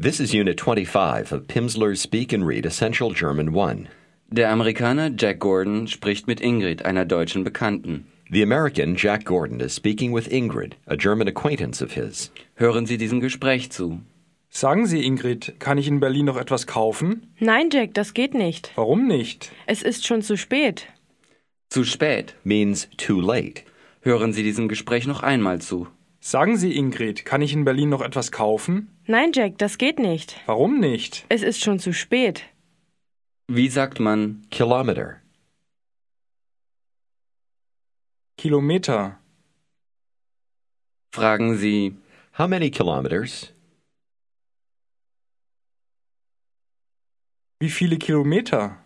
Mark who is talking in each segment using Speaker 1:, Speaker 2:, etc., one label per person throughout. Speaker 1: This is Unit 25 of Pimsleur's Speak and Read Essential German 1.
Speaker 2: Der Amerikaner Jack Gordon spricht mit Ingrid, einer deutschen Bekannten.
Speaker 1: The American Jack Gordon is speaking with Ingrid, a German acquaintance of his.
Speaker 2: Hören Sie diesem Gespräch zu.
Speaker 3: Sagen Sie, Ingrid, kann ich in Berlin noch etwas kaufen?
Speaker 4: Nein, Jack, das geht nicht.
Speaker 3: Warum nicht?
Speaker 4: Es ist schon zu spät.
Speaker 2: Zu spät.
Speaker 1: Means too late.
Speaker 2: Hören Sie diesem Gespräch noch einmal zu.
Speaker 3: Sagen Sie, Ingrid, kann ich in Berlin noch etwas kaufen?
Speaker 4: Nein, Jack, das geht nicht.
Speaker 3: Warum nicht?
Speaker 4: Es ist schon zu spät.
Speaker 2: Wie sagt man?
Speaker 1: Kilometer.
Speaker 3: Kilometer.
Speaker 2: Fragen Sie.
Speaker 1: How many kilometers?
Speaker 3: Wie viele Kilometer?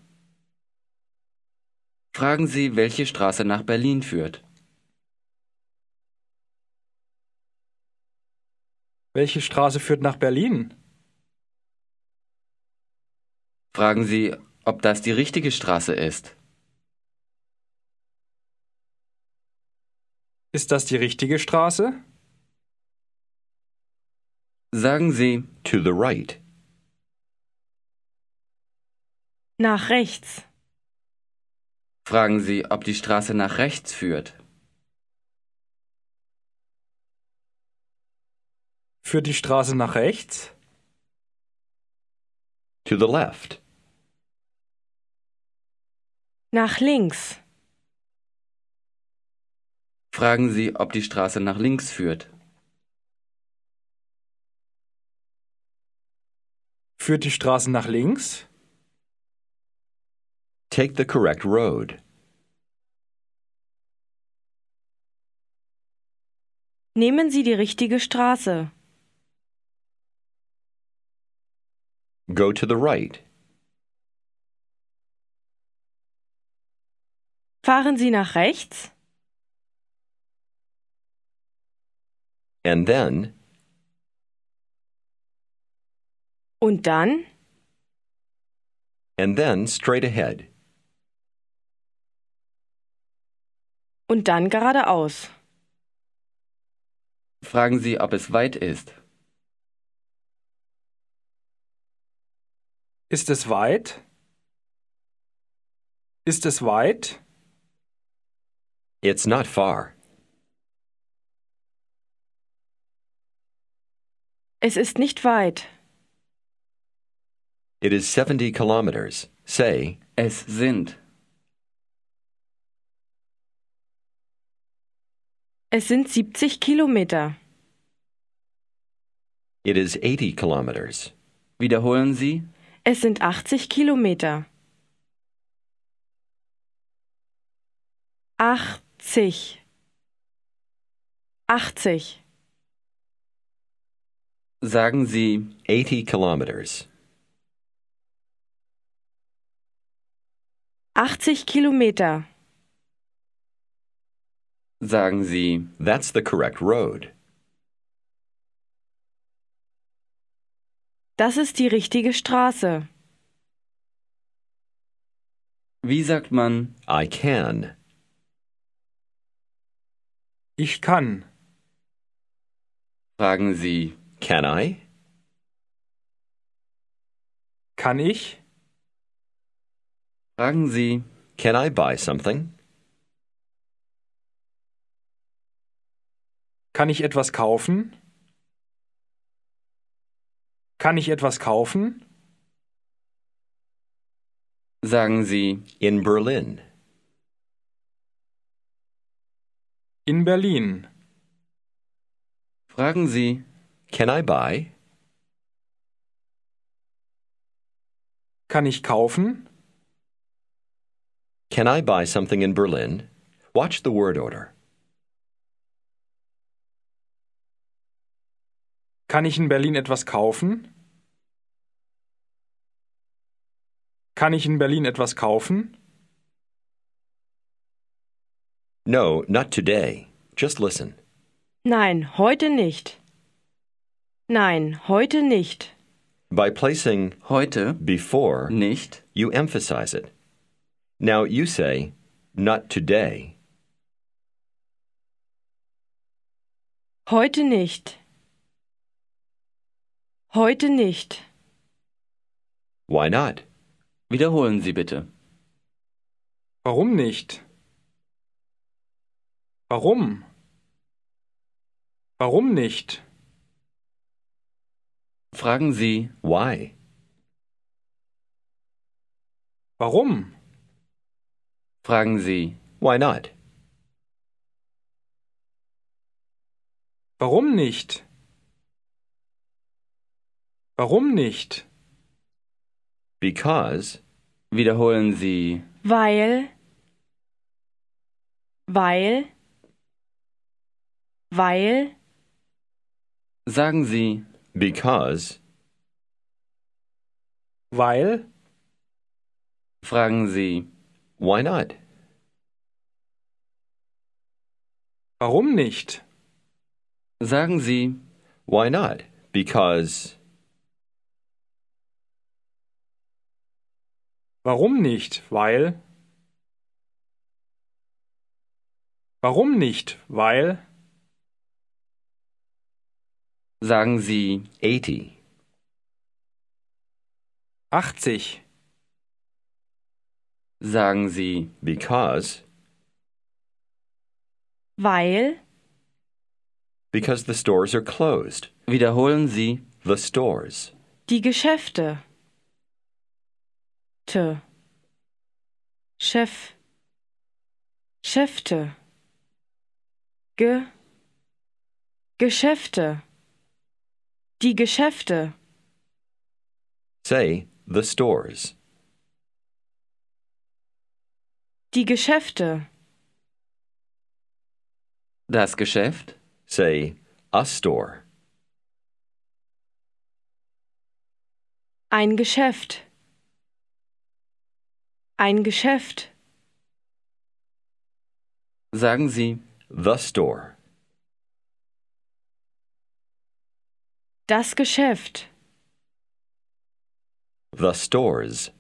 Speaker 2: Fragen Sie, welche Straße nach Berlin führt.
Speaker 3: Welche Straße führt nach Berlin?
Speaker 2: Fragen Sie, ob das die richtige Straße ist.
Speaker 3: Ist das die richtige Straße?
Speaker 2: Sagen Sie,
Speaker 1: To the right.
Speaker 4: Nach rechts.
Speaker 2: fragen Sie, ob die Straße nach rechts führt.
Speaker 3: Führt die Straße nach rechts?
Speaker 1: To the left.
Speaker 4: Nach links.
Speaker 2: Fragen Sie, ob die Straße nach links führt.
Speaker 3: Führt die Straße nach links?
Speaker 1: Take the correct road.
Speaker 4: Nehmen Sie die richtige Straße.
Speaker 1: Go to the right.
Speaker 4: Fahren Sie nach rechts.
Speaker 1: And then,
Speaker 4: Und dann?
Speaker 1: and then straight ahead.
Speaker 4: Und dann geradeaus.
Speaker 2: Fragen Sie, ob es weit ist.
Speaker 3: Ist es weit? Ist es weit?
Speaker 1: It's not far.
Speaker 4: Es ist nicht weit.
Speaker 1: It is 70 kilometers. Say,
Speaker 2: Es sind.
Speaker 4: Es sind 70 Kilometer.
Speaker 1: it is 80 kilometers.
Speaker 2: Wiederholen Sie.
Speaker 4: Es sind 80 Kilometer. 80. 80.
Speaker 2: Sagen Sie,
Speaker 1: 80 kilometers.
Speaker 4: 80 Kilometer.
Speaker 2: sagen Sie.
Speaker 1: That's the correct road.
Speaker 4: Das ist die richtige Straße.
Speaker 2: Wie sagt man?
Speaker 1: I can.
Speaker 3: Ich kann.
Speaker 2: Fragen Sie.
Speaker 1: Can I?
Speaker 3: Kann ich?
Speaker 2: Fragen Sie.
Speaker 1: Can I buy something?
Speaker 3: Kann ich etwas kaufen? Kann ich etwas kaufen?
Speaker 2: Sagen Sie.
Speaker 1: In Berlin.
Speaker 3: In Berlin.
Speaker 2: Fragen Sie.
Speaker 1: Can I buy?
Speaker 3: Kann ich kaufen?
Speaker 1: Can I buy something in Berlin? Watch the word order.
Speaker 3: Kann ich in Berlin etwas kaufen? Kann ich in Berlin etwas kaufen?
Speaker 1: No, not today. Just listen.
Speaker 4: Nein, heute nicht. Nein, heute nicht.
Speaker 1: By placing
Speaker 2: Heute?
Speaker 1: before,
Speaker 2: Nicht?
Speaker 1: you emphasize it. Now you say, not today.
Speaker 4: Heute nicht. Heute nicht.
Speaker 1: Why not?
Speaker 2: Wiederholen Sie bitte.
Speaker 3: Warum nicht? Warum? Warum nicht?
Speaker 2: Fragen Sie,
Speaker 1: Why?
Speaker 3: Warum?
Speaker 2: fragen Sie,
Speaker 1: Why not?
Speaker 3: Warum nicht? Warum nicht?
Speaker 1: Because
Speaker 2: wiederholen Sie,
Speaker 4: Weil, weil, weil,
Speaker 2: sagen Sie,
Speaker 1: because
Speaker 3: Weil?
Speaker 2: fragen Sie,
Speaker 1: why not?
Speaker 3: Warum nicht?
Speaker 2: sagen Sie,
Speaker 1: Why not? Because
Speaker 3: Warum nicht? Weil? Warum nicht? Weil?
Speaker 2: sagen Sie,
Speaker 1: 80
Speaker 3: 80.
Speaker 2: sagen Sie,
Speaker 1: because
Speaker 4: weil,
Speaker 1: because the stores are closed.
Speaker 2: wiederholen Sie,
Speaker 1: The stores.
Speaker 4: die Geschäfte. Te. Chef. Schäfte. Ge. Geschäfte. Die Geschäfte.
Speaker 1: Say the stores.
Speaker 4: Die Geschäfte.
Speaker 2: das Geschäft,
Speaker 1: Say a store.
Speaker 4: Ein Geschäft. Ein Geschäft.
Speaker 2: sagen Sie,
Speaker 1: The store.
Speaker 4: Das Geschäft.
Speaker 1: The stores.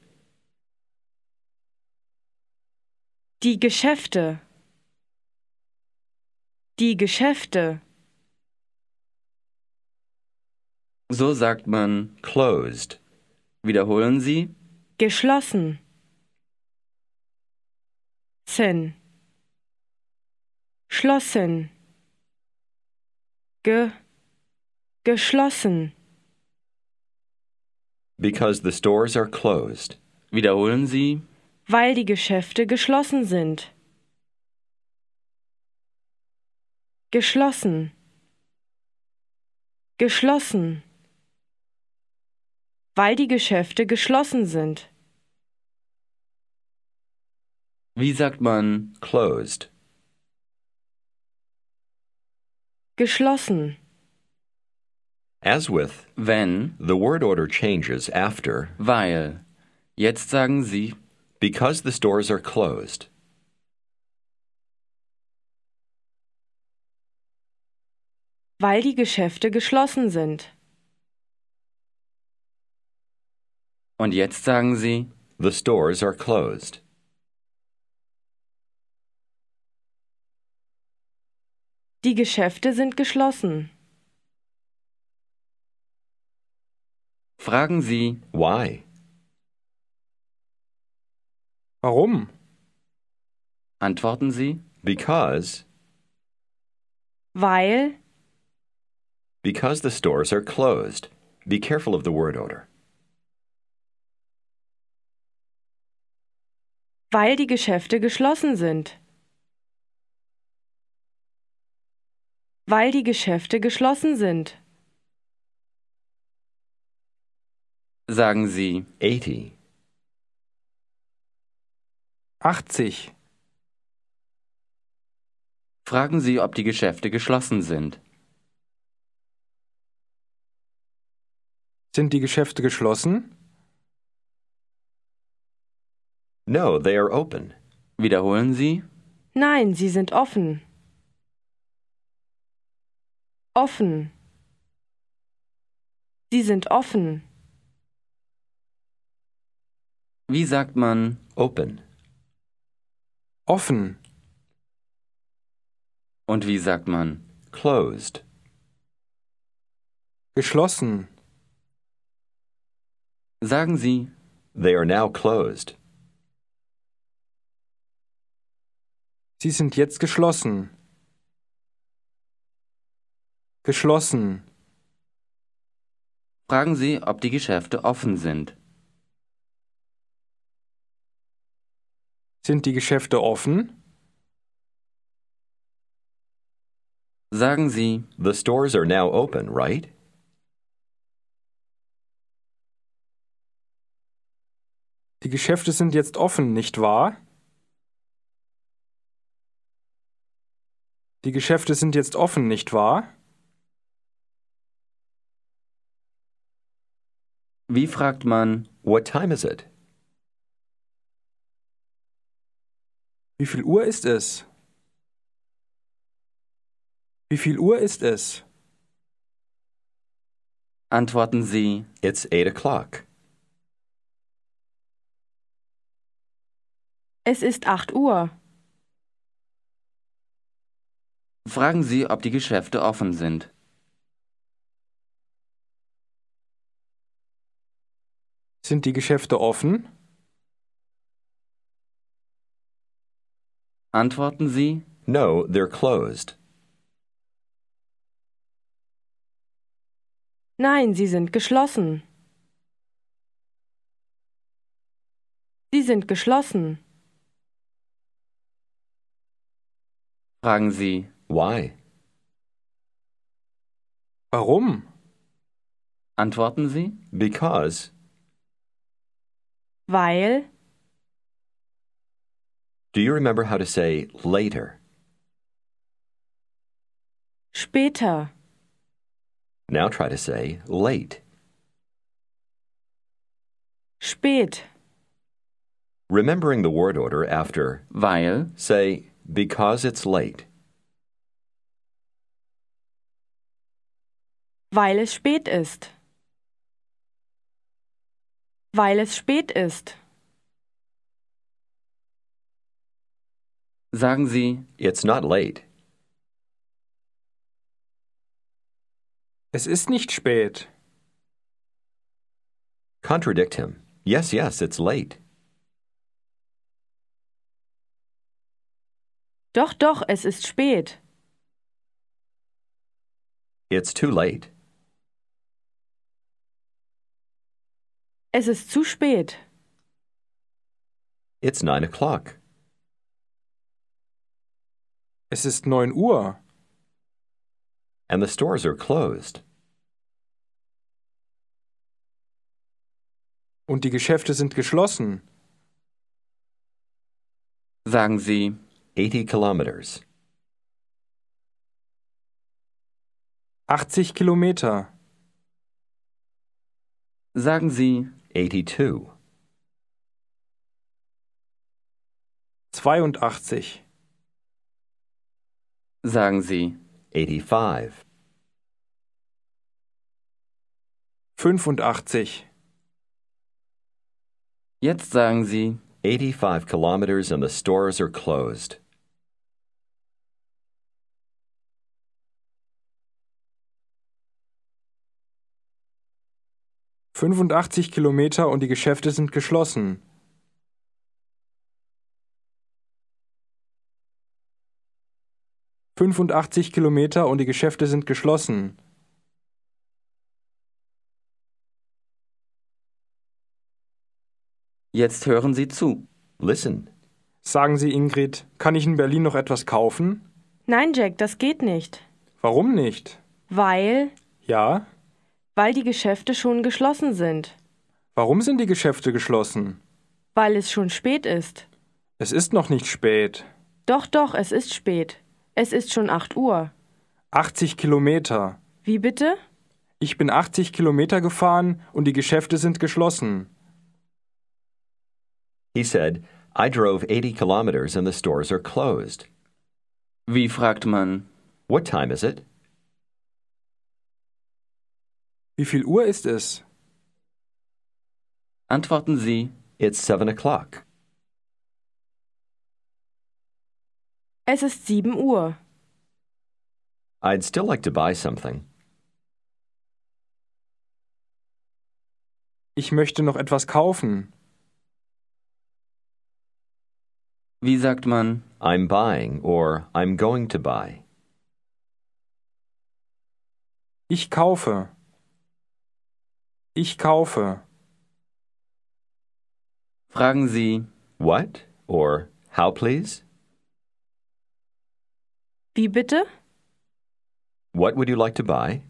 Speaker 4: Die Geschäfte. Die Geschäfte.
Speaker 2: so sagt man,
Speaker 1: Closed.
Speaker 2: wiederholen Sie,
Speaker 4: Geschlossen. Sen. Schlossen. Ge. Geschlossen.
Speaker 1: Because the stores are closed.
Speaker 2: wiederholen Sie,
Speaker 4: Weil die Geschäfte geschlossen sind. Geschlossen. Geschlossen. Weil die Geschäfte geschlossen sind.
Speaker 2: wie sagt man,
Speaker 1: Closed.
Speaker 4: Geschlossen.
Speaker 1: As with,
Speaker 2: wenn,
Speaker 1: the word order changes after
Speaker 2: weil. Jetzt sagen Sie,
Speaker 1: because the stores are closed.
Speaker 4: Weil die Geschäfte geschlossen sind.
Speaker 2: und jetzt sagen Sie,
Speaker 1: The stores are closed.
Speaker 4: Die Geschäfte sind geschlossen.
Speaker 2: fragen Sie,
Speaker 1: Why?
Speaker 3: Warum?
Speaker 2: antworten Sie,
Speaker 1: Because
Speaker 4: Weil,
Speaker 1: because the stores are closed. Be careful of the word order.
Speaker 4: weil die Geschäfte geschlossen sind. Weil die Geschäfte geschlossen sind.
Speaker 2: sagen Sie,
Speaker 1: 80
Speaker 3: 80.
Speaker 2: fragen Sie, ob die Geschäfte geschlossen sind.
Speaker 3: Sind die Geschäfte geschlossen?
Speaker 1: No, they are open.
Speaker 2: Wiederholen Sie,
Speaker 4: Nein, sie sind offen. Offen. Sie sind offen.
Speaker 2: wie sagt man,
Speaker 1: Open.
Speaker 3: Offen.
Speaker 2: und wie sagt man,
Speaker 1: Closed.
Speaker 3: Geschlossen.
Speaker 2: Sagen Sie,
Speaker 1: They are now closed.
Speaker 3: Sie sind jetzt geschlossen. Geschlossen.
Speaker 2: fragen Sie, ob die Geschäfte offen sind.
Speaker 3: Sind die Geschäfte offen?
Speaker 2: Sagen Sie,
Speaker 1: The stores are now open, right?
Speaker 3: Die Geschäfte sind jetzt offen, nicht wahr? Die Geschäfte sind jetzt offen, nicht wahr?
Speaker 2: wie fragt man,
Speaker 1: What time is it?
Speaker 3: Wie viel Uhr ist es? Wie viel Uhr ist es?
Speaker 2: antworten Sie,
Speaker 1: It's eight o'clock.
Speaker 4: Es ist acht Uhr.
Speaker 2: fragen Sie, ob die Geschäfte offen sind.
Speaker 3: Sind die Geschäfte offen?
Speaker 2: Antworten Sie,
Speaker 1: No, they're closed.
Speaker 4: Nein, sie sind geschlossen. Sie sind geschlossen,
Speaker 2: fragen Sie,
Speaker 1: Why?
Speaker 3: Warum?
Speaker 2: antworten Sie,
Speaker 1: Because
Speaker 4: weil
Speaker 1: Do you remember how to say later?
Speaker 4: später.
Speaker 1: Now try to say late.
Speaker 4: Spät.
Speaker 1: Remembering the word order after,
Speaker 2: weil,
Speaker 1: say, because it's late.
Speaker 4: Weil es spät ist. Weil es spät ist.
Speaker 2: sagen Sie,
Speaker 1: It's not late.
Speaker 3: Es ist nicht spät.
Speaker 1: Contradict him. Yes, yes, it's late.
Speaker 4: Doch, doch, es ist spät.
Speaker 1: It's too late.
Speaker 4: Es ist zu spät.
Speaker 1: It's nine o'clock.
Speaker 3: Es ist neun Uhr.
Speaker 1: And the stores are closed.
Speaker 3: Und die Geschäfte sind geschlossen.
Speaker 2: sagen Sie,
Speaker 1: 80 kilometers.
Speaker 3: 80 Kilometer.
Speaker 2: sagen Sie,
Speaker 1: 82.
Speaker 3: 82.
Speaker 2: sagen Sie,
Speaker 1: 85.
Speaker 3: 85.
Speaker 2: jetzt sagen Sie,
Speaker 1: 85 kilometers and the stores are closed.
Speaker 3: fünfundachtzig Kilometer und die Geschäfte sind geschlossen. Fünfundachtzig Kilometer und die Geschäfte sind geschlossen.
Speaker 2: jetzt hören Sie zu.
Speaker 1: Listen.
Speaker 3: Sagen Sie, Ingrid, kann ich in Berlin noch etwas kaufen?
Speaker 4: Nein, Jack, das geht nicht.
Speaker 3: Warum nicht?
Speaker 4: Weil,
Speaker 3: Ja?
Speaker 4: weil die Geschäfte schon geschlossen sind.
Speaker 3: Warum sind die Geschäfte geschlossen?
Speaker 4: Weil es schon spät ist.
Speaker 3: Es ist noch nicht spät.
Speaker 4: Doch, doch, es ist spät. Es ist schon acht Uhr.
Speaker 3: 80 Kilometer.
Speaker 4: Wie bitte?
Speaker 3: Ich bin 80 Kilometer gefahren und die Geschäfte sind geschlossen.
Speaker 1: He said, I drove 80 kilometers and the stores are closed.
Speaker 2: Wie fragt man,
Speaker 1: What time is it?
Speaker 3: Wie viel Uhr ist es?
Speaker 2: antworten Sie,
Speaker 1: It's seven o'clock.
Speaker 4: Es ist sieben Uhr.
Speaker 1: I'd still like to buy something.
Speaker 3: Ich möchte noch etwas kaufen.
Speaker 2: Wie sagt man?
Speaker 1: I'm buying or I'm going to buy.
Speaker 3: Ich kaufe. Ich kaufe.
Speaker 2: Fragen Sie,
Speaker 1: What or how, please?
Speaker 4: Wie bitte?
Speaker 1: What would you like to buy?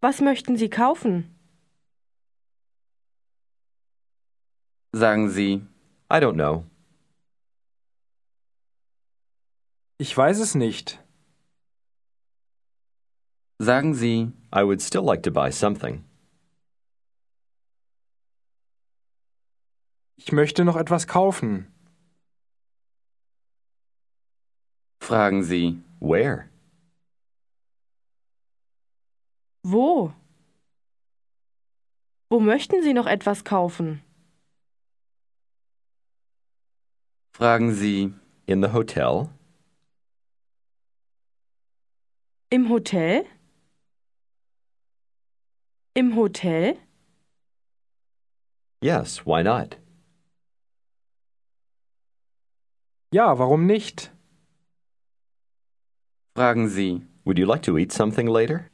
Speaker 4: Was möchten Sie kaufen?
Speaker 2: sagen Sie,
Speaker 1: I don't know.
Speaker 3: Ich weiß es nicht.
Speaker 2: sagen Sie,
Speaker 1: I would still like to buy something.
Speaker 3: Ich möchte noch etwas kaufen.
Speaker 2: fragen Sie,
Speaker 1: Where?
Speaker 4: Wo? Wo möchten Sie noch etwas kaufen?
Speaker 2: fragen Sie,
Speaker 1: In the hotel?
Speaker 4: Im Hotel? Im Hotel?
Speaker 1: Yes, why not?
Speaker 3: Ja, warum nicht?
Speaker 2: fragen Sie,
Speaker 1: Would you like to eat something later?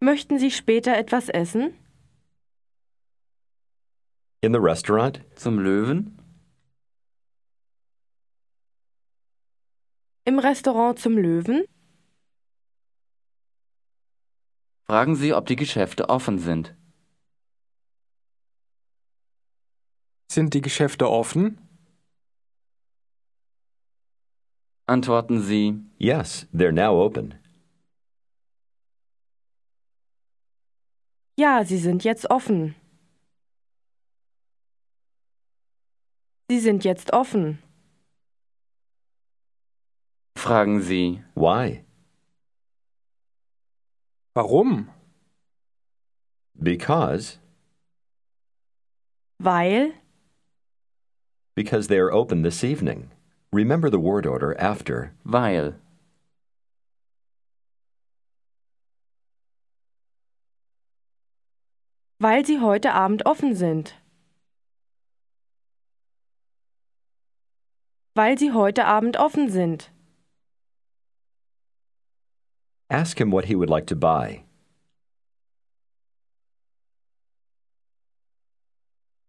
Speaker 4: Möchten Sie später etwas essen?
Speaker 1: In the restaurant?
Speaker 2: zum Löwen?
Speaker 4: Im Restaurant zum Löwen?
Speaker 2: Fragen Sie, ob die Geschäfte offen sind.
Speaker 3: Sind die Geschäfte offen?
Speaker 2: Antworten Sie,
Speaker 1: Yes, they're now open.
Speaker 4: Ja, sie sind jetzt offen. Sie sind jetzt offen.
Speaker 2: fragen Sie,
Speaker 1: Why?
Speaker 3: Warum?
Speaker 1: Because
Speaker 4: Weil?
Speaker 1: because they are open this evening. Remember the word order after.
Speaker 2: weil.
Speaker 4: Weil sie heute Abend offen sind. Weil sie heute Abend offen sind.
Speaker 1: Ask him what he would like to buy.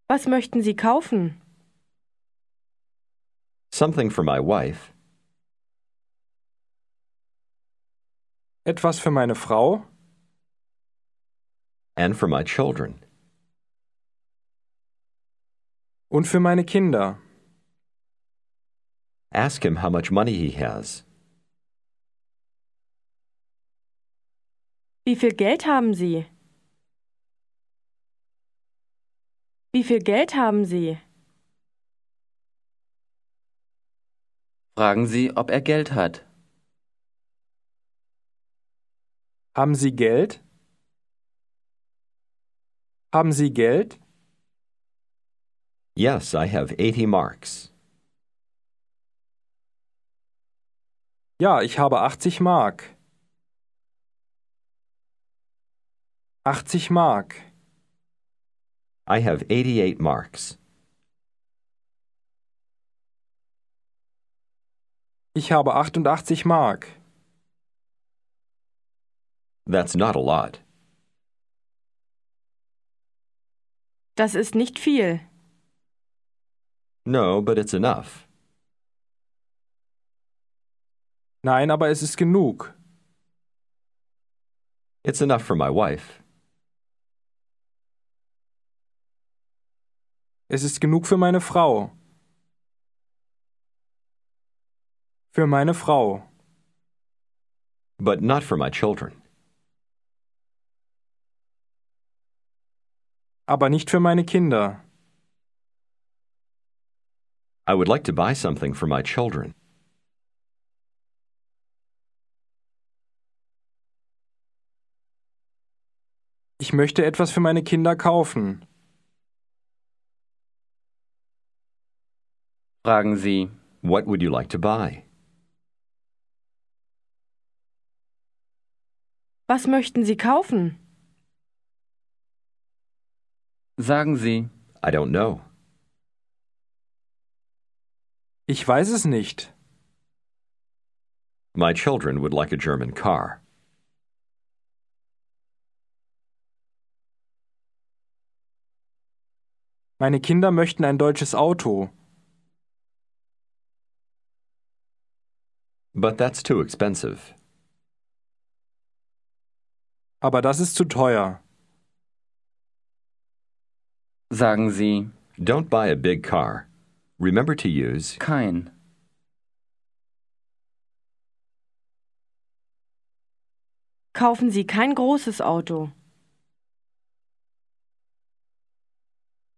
Speaker 4: Was möchten Sie kaufen?
Speaker 1: Something for my wife.
Speaker 3: Etwas für meine Frau?
Speaker 1: and for my children.
Speaker 3: Und für meine Kinder?
Speaker 1: Ask him how much money he has.
Speaker 4: Wie viel Geld haben Sie? Wie viel Geld haben Sie?
Speaker 2: Fragen Sie, ob er Geld hat.
Speaker 3: Haben Sie Geld? Haben Sie Geld?
Speaker 1: Yes, I have 80 marks.
Speaker 3: Ja, ich habe 80 Mark. 80 Mark.
Speaker 1: I have 88 marks.
Speaker 3: Ich habe 88 Mark.
Speaker 1: That's not a lot.
Speaker 4: Das ist nicht viel.
Speaker 1: No, but it's enough.
Speaker 3: Nein, aber es ist genug.
Speaker 1: It's enough for my wife.
Speaker 3: Es ist genug für meine Frau. Für meine Frau.
Speaker 1: But not for my children.
Speaker 3: Aber nicht für meine Kinder.
Speaker 1: I would like to buy something for my children.
Speaker 3: Ich möchte etwas für meine Kinder kaufen.
Speaker 2: Fragen Sie,
Speaker 1: What would you like to buy?
Speaker 4: Was möchten Sie kaufen?
Speaker 2: Sagen Sie,
Speaker 1: I don't know.
Speaker 3: Ich weiß es nicht.
Speaker 1: My children would like a German car.
Speaker 3: Meine Kinder möchten ein deutsches Auto.
Speaker 1: But that's too expensive.
Speaker 3: Aber das ist zu teuer.
Speaker 2: sagen Sie,
Speaker 1: Don't buy a big car. Remember to use
Speaker 2: kein.
Speaker 4: Kaufen Sie kein großes Auto.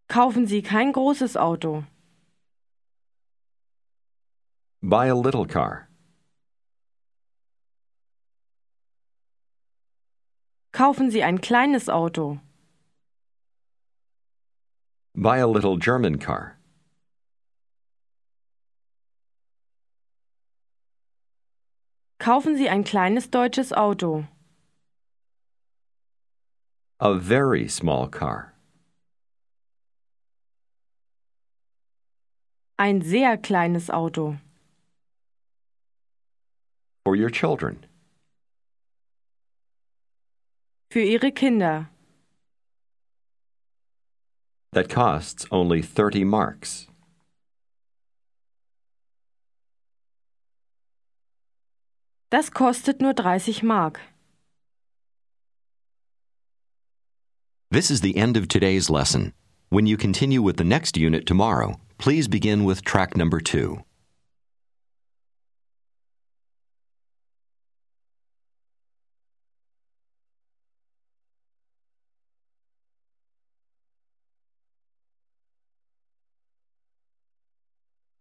Speaker 4: Kaufen Sie kein großes Auto.
Speaker 1: buy a little car.
Speaker 4: Kaufen Sie ein kleines Auto.
Speaker 1: Buy a little German car.
Speaker 4: Kaufen Sie ein kleines deutsches Auto.
Speaker 1: A very small car.
Speaker 4: Ein sehr kleines Auto.
Speaker 1: For your children.
Speaker 4: Für Ihre Kinder.
Speaker 1: That costs only 30 marks.
Speaker 4: Das kostet nur 30 Mark.
Speaker 1: This is the end of today's lesson. When you continue with the next unit tomorrow, please begin with track number two.